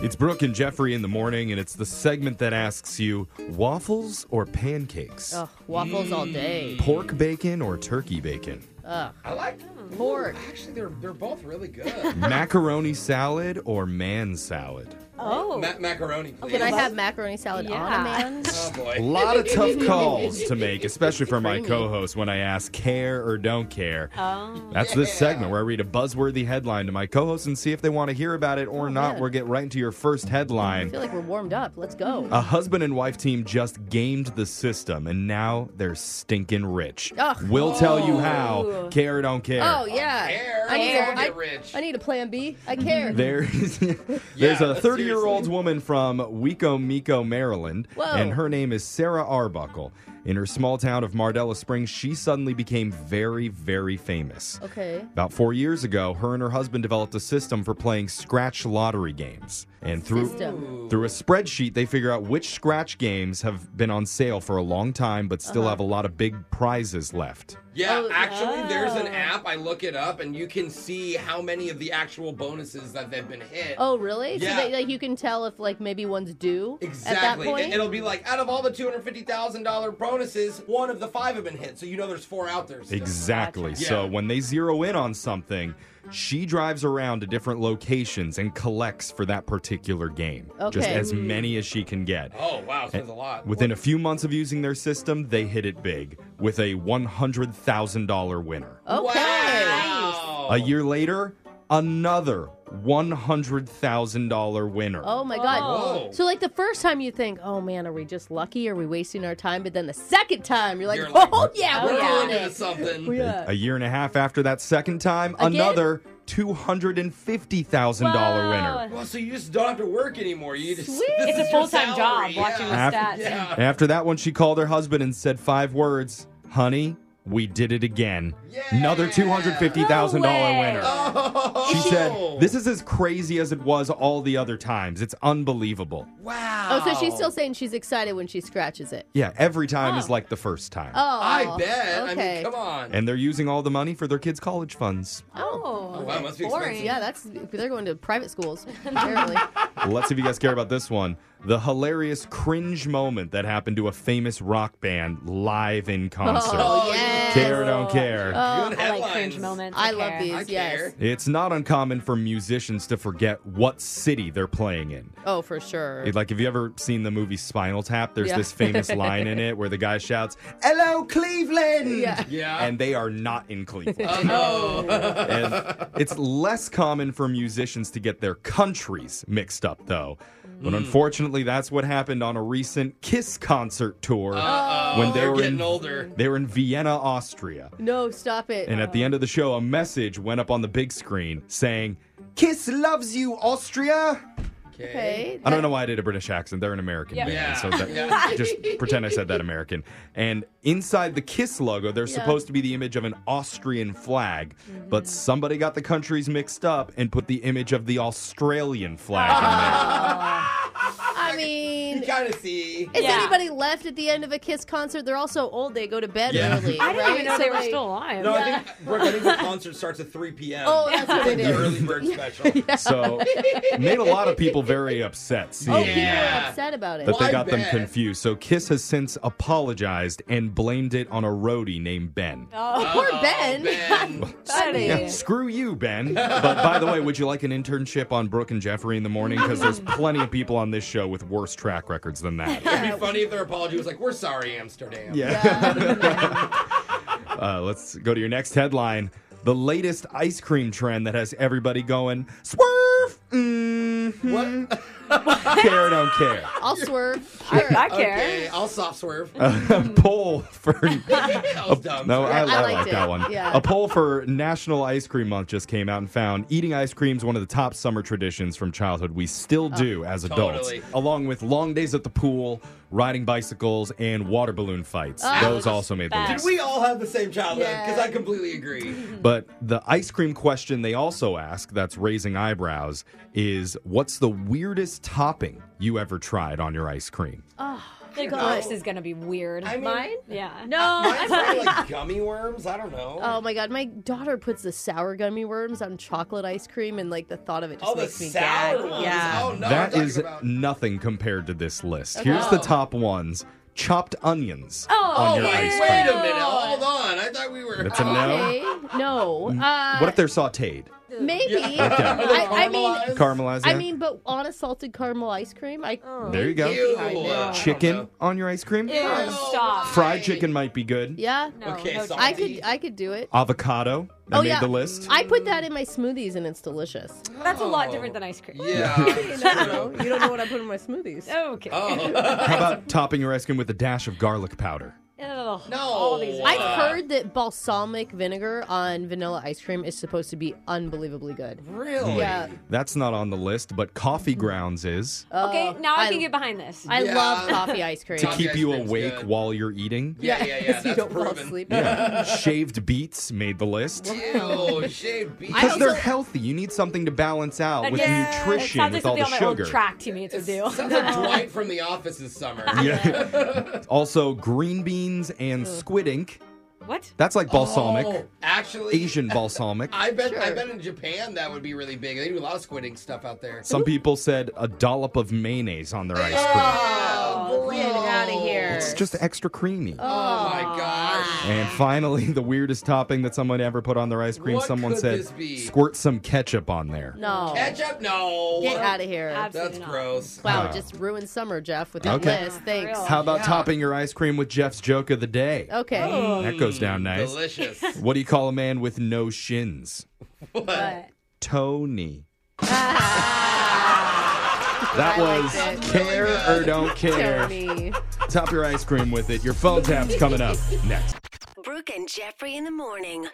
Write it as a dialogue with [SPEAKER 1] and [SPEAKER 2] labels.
[SPEAKER 1] It's Brooke and Jeffrey in the morning, and it's the segment that asks you waffles or pancakes?
[SPEAKER 2] Ugh, waffles
[SPEAKER 3] Mm.
[SPEAKER 2] all day.
[SPEAKER 1] Pork bacon or turkey bacon?
[SPEAKER 3] I like.
[SPEAKER 2] Pork.
[SPEAKER 3] Actually, they're they're both really good.
[SPEAKER 1] Macaroni salad or man salad?
[SPEAKER 4] Oh,
[SPEAKER 3] Ma- macaroni, please.
[SPEAKER 2] Can I have macaroni salad on
[SPEAKER 4] Yeah.
[SPEAKER 2] a man?
[SPEAKER 3] Oh
[SPEAKER 1] A
[SPEAKER 3] boy.
[SPEAKER 1] lot of tough calls to make, especially for my co host when I ask care or don't care.
[SPEAKER 4] oh.
[SPEAKER 1] That's this
[SPEAKER 3] Yeah.
[SPEAKER 1] segment where I read a buzzworthy headline to my co hosts and see if they want to hear about it or not.
[SPEAKER 2] man.
[SPEAKER 1] We'll get right into your first
[SPEAKER 2] I
[SPEAKER 1] headline.
[SPEAKER 2] feel like we're warmed up. Let's go.
[SPEAKER 1] A husband and wife team just gamed the system, and now they're stinking rich.
[SPEAKER 2] Ugh.
[SPEAKER 1] We'll tell you how. Care or don't care.
[SPEAKER 2] Oh yeah.
[SPEAKER 3] Care.
[SPEAKER 2] I need,
[SPEAKER 3] Care.
[SPEAKER 2] a, I,
[SPEAKER 3] Get rich.
[SPEAKER 2] I need a plan B. I care.
[SPEAKER 1] There's there's a
[SPEAKER 3] Yeah,
[SPEAKER 1] 30 year old woman from Wicomico, Maryland,
[SPEAKER 2] Whoa.
[SPEAKER 1] and her name is Sarah Arbuckle. In her small town of Mardella Springs, she suddenly became very, very famous.
[SPEAKER 2] Okay.
[SPEAKER 1] About four years ago, her and her husband developed a system for playing scratch lottery games, and through
[SPEAKER 2] System.
[SPEAKER 1] through a spreadsheet, they figure out which scratch games have been on sale for a long time, but still
[SPEAKER 2] Uh-huh.
[SPEAKER 1] have a lot of big prizes left.
[SPEAKER 3] Yeah,
[SPEAKER 2] Oh,
[SPEAKER 3] actually, there's an
[SPEAKER 4] oh.
[SPEAKER 3] app. I look it up, and you can see how many of the actual bonuses that they've been hit.
[SPEAKER 2] Oh really? So
[SPEAKER 3] Yeah.
[SPEAKER 2] that, like you can tell if like maybe one's due at that
[SPEAKER 3] Exactly.
[SPEAKER 2] point.
[SPEAKER 3] It- It'll be like out of all the two hundred fifty thousand dollar bonuses, one of the five have been hit. So you know there's four out there. Still.
[SPEAKER 1] Exactly.
[SPEAKER 3] Gotcha.
[SPEAKER 1] So
[SPEAKER 3] Yeah.
[SPEAKER 1] when they zero in on something, she drives around to different locations and collects for that particular game. Just
[SPEAKER 2] Okay.
[SPEAKER 1] as many as she can get.
[SPEAKER 3] Oh wow, so there's a lot.
[SPEAKER 1] Within a few months of using their system, they hit it big with a $100,000 winner.
[SPEAKER 2] okay.
[SPEAKER 3] Wow.
[SPEAKER 1] A year later, another $100,000 winner.
[SPEAKER 2] Oh my god.
[SPEAKER 3] Whoa.
[SPEAKER 2] So like the first time you think, "Oh man, are we just lucky? Are we wasting our time?" But then the second time you're like,
[SPEAKER 3] You're like,
[SPEAKER 2] "Oh yeah,
[SPEAKER 3] We're
[SPEAKER 2] we're on
[SPEAKER 3] going into
[SPEAKER 2] it."
[SPEAKER 3] something.
[SPEAKER 2] We are.
[SPEAKER 1] A year and a half after that second time,
[SPEAKER 2] Again?
[SPEAKER 1] another $250,000 winner.
[SPEAKER 3] Well, so you just don't have to work anymore. You just
[SPEAKER 2] Sweet.
[SPEAKER 3] this
[SPEAKER 4] It's a
[SPEAKER 3] is your
[SPEAKER 4] full-time
[SPEAKER 3] salary.
[SPEAKER 4] job watching
[SPEAKER 3] Yeah.
[SPEAKER 4] the
[SPEAKER 1] Half-
[SPEAKER 4] stats.
[SPEAKER 3] Yeah.
[SPEAKER 1] After that one, she called her husband and said five words Honey, we did it again. Another
[SPEAKER 3] Yeah.
[SPEAKER 1] $250,000
[SPEAKER 4] No way.
[SPEAKER 1] winner.
[SPEAKER 3] Oh.
[SPEAKER 1] She said, This is as crazy as it was all the other times. It's unbelievable.
[SPEAKER 3] wow.
[SPEAKER 2] Oh, so she's still saying she's excited when she scratches it.
[SPEAKER 1] Yeah, every time is like the first time.
[SPEAKER 2] Oh.
[SPEAKER 3] I bet. I
[SPEAKER 2] Okay.
[SPEAKER 3] mean, come on.
[SPEAKER 1] And they're using all the money for their kids' college funds.
[SPEAKER 2] Oh.
[SPEAKER 3] wow, it must be
[SPEAKER 4] boring.
[SPEAKER 3] expensive.
[SPEAKER 2] Yeah, that's they're going to private schools. Apparently.
[SPEAKER 1] Let's see if you guys care about this one. The hilarious cringe moment that happened to a famous rock band live in concert.
[SPEAKER 2] Oh, yes.
[SPEAKER 1] Care or don't care.
[SPEAKER 2] Oh,
[SPEAKER 3] Good
[SPEAKER 4] Oh, I like
[SPEAKER 3] headlines.
[SPEAKER 4] cringe moments.
[SPEAKER 2] I love
[SPEAKER 4] care.
[SPEAKER 2] these.
[SPEAKER 3] I
[SPEAKER 2] yes.
[SPEAKER 3] care.
[SPEAKER 1] It's not uncommon for musicians to forget what city they're playing in.
[SPEAKER 2] Oh, for sure.
[SPEAKER 1] It- like, have you ever seen the movie Spinal Tap? There's
[SPEAKER 2] Yeah.
[SPEAKER 1] this famous line in it where the guy shouts, "Hello, Cleveland!"
[SPEAKER 2] Yeah.
[SPEAKER 3] Yeah.
[SPEAKER 1] and they are not in Cleveland.
[SPEAKER 3] Oh, no.
[SPEAKER 1] and it's less common for musicians to get their countries mixed up, though. But unfortunately, that's what happened on a recent Kiss concert tour
[SPEAKER 3] Uh.
[SPEAKER 1] when they
[SPEAKER 3] They're
[SPEAKER 1] were in
[SPEAKER 3] getting older.
[SPEAKER 1] they were in Vienna, Austria.
[SPEAKER 2] no, stop it.
[SPEAKER 1] And at the end of the show, a message went up on the big screen saying, "Kiss loves you, Austria."
[SPEAKER 2] okay.
[SPEAKER 1] I don't know why I did a British accent. They're an American
[SPEAKER 4] Yeah.
[SPEAKER 1] band,
[SPEAKER 3] Yeah.
[SPEAKER 1] so that,
[SPEAKER 3] Yeah.
[SPEAKER 1] just pretend I said that American. And inside the Kiss logo, there's
[SPEAKER 2] Yeah.
[SPEAKER 1] supposed to be the image of an Austrian flag, but somebody got the countries mixed up and put the image of the Australian flag
[SPEAKER 2] I
[SPEAKER 3] You
[SPEAKER 2] mean, is
[SPEAKER 3] kind of see.
[SPEAKER 4] Yeah.
[SPEAKER 2] anybody left at the end of a Kiss concert? They're all so old; they go to bed
[SPEAKER 3] Yeah.
[SPEAKER 2] early.
[SPEAKER 4] I didn't
[SPEAKER 2] right?
[SPEAKER 4] even know
[SPEAKER 2] So,
[SPEAKER 4] they were
[SPEAKER 2] like-
[SPEAKER 4] still alive.
[SPEAKER 3] No, I think Brooke, I think the concert starts at 3 p.m.
[SPEAKER 2] Oh, that's what it
[SPEAKER 3] the
[SPEAKER 2] is.
[SPEAKER 3] early bird special.
[SPEAKER 1] in it. So it made a lot of people very upset seeing
[SPEAKER 2] Oh, people
[SPEAKER 1] that.
[SPEAKER 3] Yeah.
[SPEAKER 2] are upset about it.
[SPEAKER 1] That they
[SPEAKER 3] I
[SPEAKER 1] got them
[SPEAKER 3] bet.
[SPEAKER 1] confused. So Kiss has since apologized and blamed it on a roadie named Ben.
[SPEAKER 2] Oh, poor Ben.
[SPEAKER 3] Ben.
[SPEAKER 4] Buddy.
[SPEAKER 1] Yeah, screw you, Ben. But by the way, would you like an internship on Brooke and Jeffrey in the morning? Because there's plenty of people on this show with worse track records than that.
[SPEAKER 3] It'd be funny if their apology was like, "We're sorry, Amsterdam."
[SPEAKER 1] Yeah. uh, let's go to your next headline. The latest ice cream trend that has everybody going swerve. Mm-hmm.
[SPEAKER 3] What?
[SPEAKER 1] Care or don't care.
[SPEAKER 2] I'll swerve. Sure.
[SPEAKER 4] I care.
[SPEAKER 3] Okay, I'll soft swerve.
[SPEAKER 1] A poll for
[SPEAKER 3] that was dumb.
[SPEAKER 1] Oh, no, I, I,
[SPEAKER 2] liked
[SPEAKER 1] like
[SPEAKER 2] it.
[SPEAKER 1] that one.
[SPEAKER 2] Yeah.
[SPEAKER 1] A poll for National Ice Cream Month just came out and found eating ice cream is one of the top summer traditions from childhood we still do as adults,
[SPEAKER 3] Oh, Totally.
[SPEAKER 1] along with long days at the pool, riding bicycles, and water balloon fights.
[SPEAKER 2] Oh,
[SPEAKER 1] Those also made the
[SPEAKER 4] bad.
[SPEAKER 3] Did
[SPEAKER 1] list.
[SPEAKER 3] we all have the same childhood? Because
[SPEAKER 2] Yeah.
[SPEAKER 3] I completely agree.
[SPEAKER 1] But the ice cream question they also ask, that's raising eyebrows,
[SPEAKER 3] Oh,
[SPEAKER 1] is what's the weirdest topping you ever tried on your ice cream?
[SPEAKER 4] think
[SPEAKER 2] No.
[SPEAKER 4] Mark's is gonna be weird.
[SPEAKER 3] I mean,
[SPEAKER 2] Mine?
[SPEAKER 4] yeah.
[SPEAKER 2] No.
[SPEAKER 3] Mine's
[SPEAKER 2] I'm-
[SPEAKER 3] probably like gummy worms. I don't know.
[SPEAKER 2] oh my god, my daughter puts the sour gummy worms on chocolate ice cream, and like the thought of it just
[SPEAKER 3] oh, the
[SPEAKER 2] makes me
[SPEAKER 3] sour
[SPEAKER 2] gag.
[SPEAKER 3] ones.
[SPEAKER 2] Yeah.
[SPEAKER 3] Oh no,
[SPEAKER 1] that
[SPEAKER 3] I'm
[SPEAKER 1] is
[SPEAKER 3] talking about-
[SPEAKER 1] nothing compared to this list. Here's the
[SPEAKER 3] Oh.
[SPEAKER 1] top ones chopped onions
[SPEAKER 4] Oh,
[SPEAKER 1] on your
[SPEAKER 4] ew.
[SPEAKER 1] ice
[SPEAKER 3] wait,
[SPEAKER 1] cream.
[SPEAKER 3] wait a minute. Hold on. I thought we were.
[SPEAKER 1] That's a no.
[SPEAKER 2] Okay. No.
[SPEAKER 4] Mm.
[SPEAKER 2] Uh,
[SPEAKER 1] what if they're sauteed?
[SPEAKER 2] Maybe.
[SPEAKER 1] Yeah.
[SPEAKER 2] I, I mean,
[SPEAKER 1] Caramelized?
[SPEAKER 2] I
[SPEAKER 1] yeah?
[SPEAKER 2] mean, but on a salted caramel ice cream, I.
[SPEAKER 1] there you go.
[SPEAKER 3] Ew.
[SPEAKER 4] I know.
[SPEAKER 3] Oh,
[SPEAKER 1] Chicken on your ice cream?
[SPEAKER 4] Ew, stop.
[SPEAKER 1] Fried chicken might be good.
[SPEAKER 2] Yeah.
[SPEAKER 4] No,
[SPEAKER 3] Okay,
[SPEAKER 4] no
[SPEAKER 3] so-
[SPEAKER 2] I
[SPEAKER 4] chance.
[SPEAKER 2] could. I could do it.
[SPEAKER 1] Avocado. I
[SPEAKER 2] Oh,
[SPEAKER 1] made
[SPEAKER 2] yeah.
[SPEAKER 1] the list.
[SPEAKER 2] I put that in my smoothies, and it's delicious.
[SPEAKER 4] That's a lot different than ice cream.
[SPEAKER 3] Yeah. it's true.
[SPEAKER 2] you don't know what I put in my smoothies.
[SPEAKER 4] Okay.
[SPEAKER 3] oh.
[SPEAKER 1] How about topping your ice cream with a dash of garlic powder?
[SPEAKER 4] Ugh,
[SPEAKER 3] No. Uh,
[SPEAKER 4] All these.
[SPEAKER 3] I-
[SPEAKER 2] I've heard that balsamic vinegar on vanilla ice cream is supposed to be unbelievably good.
[SPEAKER 3] Really?
[SPEAKER 2] Yeah.
[SPEAKER 1] That's not on the list, but coffee grounds is
[SPEAKER 4] okay, now
[SPEAKER 2] Oh,
[SPEAKER 4] I,
[SPEAKER 2] I-
[SPEAKER 4] can get behind this.
[SPEAKER 2] I
[SPEAKER 3] Yeah.
[SPEAKER 2] love coffee ice cream.
[SPEAKER 1] to
[SPEAKER 3] Coffee
[SPEAKER 1] keep
[SPEAKER 3] ice
[SPEAKER 1] you
[SPEAKER 3] cream's
[SPEAKER 1] awake
[SPEAKER 3] good.
[SPEAKER 1] while you're eating.
[SPEAKER 3] Yeah, yeah, yeah.
[SPEAKER 2] Yes, you
[SPEAKER 3] That's
[SPEAKER 2] don't fall
[SPEAKER 3] proven.
[SPEAKER 2] asleep.
[SPEAKER 1] Shaved beets made the list.
[SPEAKER 3] Ew, shaved beef.
[SPEAKER 1] Because
[SPEAKER 2] I
[SPEAKER 1] they're
[SPEAKER 2] also-
[SPEAKER 1] healthy. You need something to balance out with
[SPEAKER 4] Yeah, it
[SPEAKER 1] nutrition,
[SPEAKER 4] sounds like
[SPEAKER 1] with all the
[SPEAKER 4] something all my old
[SPEAKER 1] sugar.
[SPEAKER 4] track teammates would do.
[SPEAKER 3] Sounds like Dwight from The Office this summer.
[SPEAKER 1] Yeah. also, green beans and squid ink.
[SPEAKER 4] What?
[SPEAKER 1] That's like balsamic,
[SPEAKER 3] Oh, actually,
[SPEAKER 1] Asian balsamic.
[SPEAKER 3] I bet. I
[SPEAKER 2] Sure.
[SPEAKER 3] bet in Japan that would be really big. They do a lot of squidding stuff out there.
[SPEAKER 1] Some people said a dollop of mayonnaise on their ice cream.
[SPEAKER 3] Oh,
[SPEAKER 2] Get out of here.
[SPEAKER 1] It's just extra creamy.
[SPEAKER 3] Oh my gosh.
[SPEAKER 1] And finally, the weirdest topping that someone ever put on their ice cream.
[SPEAKER 3] What
[SPEAKER 1] someone
[SPEAKER 3] could
[SPEAKER 1] said,
[SPEAKER 3] this be?
[SPEAKER 1] "Squirt some ketchup on there."
[SPEAKER 2] No.
[SPEAKER 3] Ketchup? No.
[SPEAKER 2] Get out of here.
[SPEAKER 4] Absolutely
[SPEAKER 3] That's
[SPEAKER 4] not.
[SPEAKER 3] gross.
[SPEAKER 2] Wow,
[SPEAKER 1] Wow.
[SPEAKER 2] just ruined summer, Jeff, with that
[SPEAKER 1] Okay.
[SPEAKER 2] list.
[SPEAKER 4] For
[SPEAKER 2] Thanks.
[SPEAKER 4] real.
[SPEAKER 1] How about
[SPEAKER 3] Yeah.
[SPEAKER 1] topping your ice cream with Jeff's joke of the day?
[SPEAKER 2] Okay.
[SPEAKER 1] That goes down nice.
[SPEAKER 3] Delicious.
[SPEAKER 1] What do you call a man with no shins?
[SPEAKER 3] what?
[SPEAKER 4] But
[SPEAKER 1] Tony. That was
[SPEAKER 2] liked it.
[SPEAKER 1] Care or Don't Care.
[SPEAKER 2] Tony.
[SPEAKER 1] Top your ice cream with it. Your phone tap's coming up next.
[SPEAKER 5] Brooke and Jeffrey in the morning.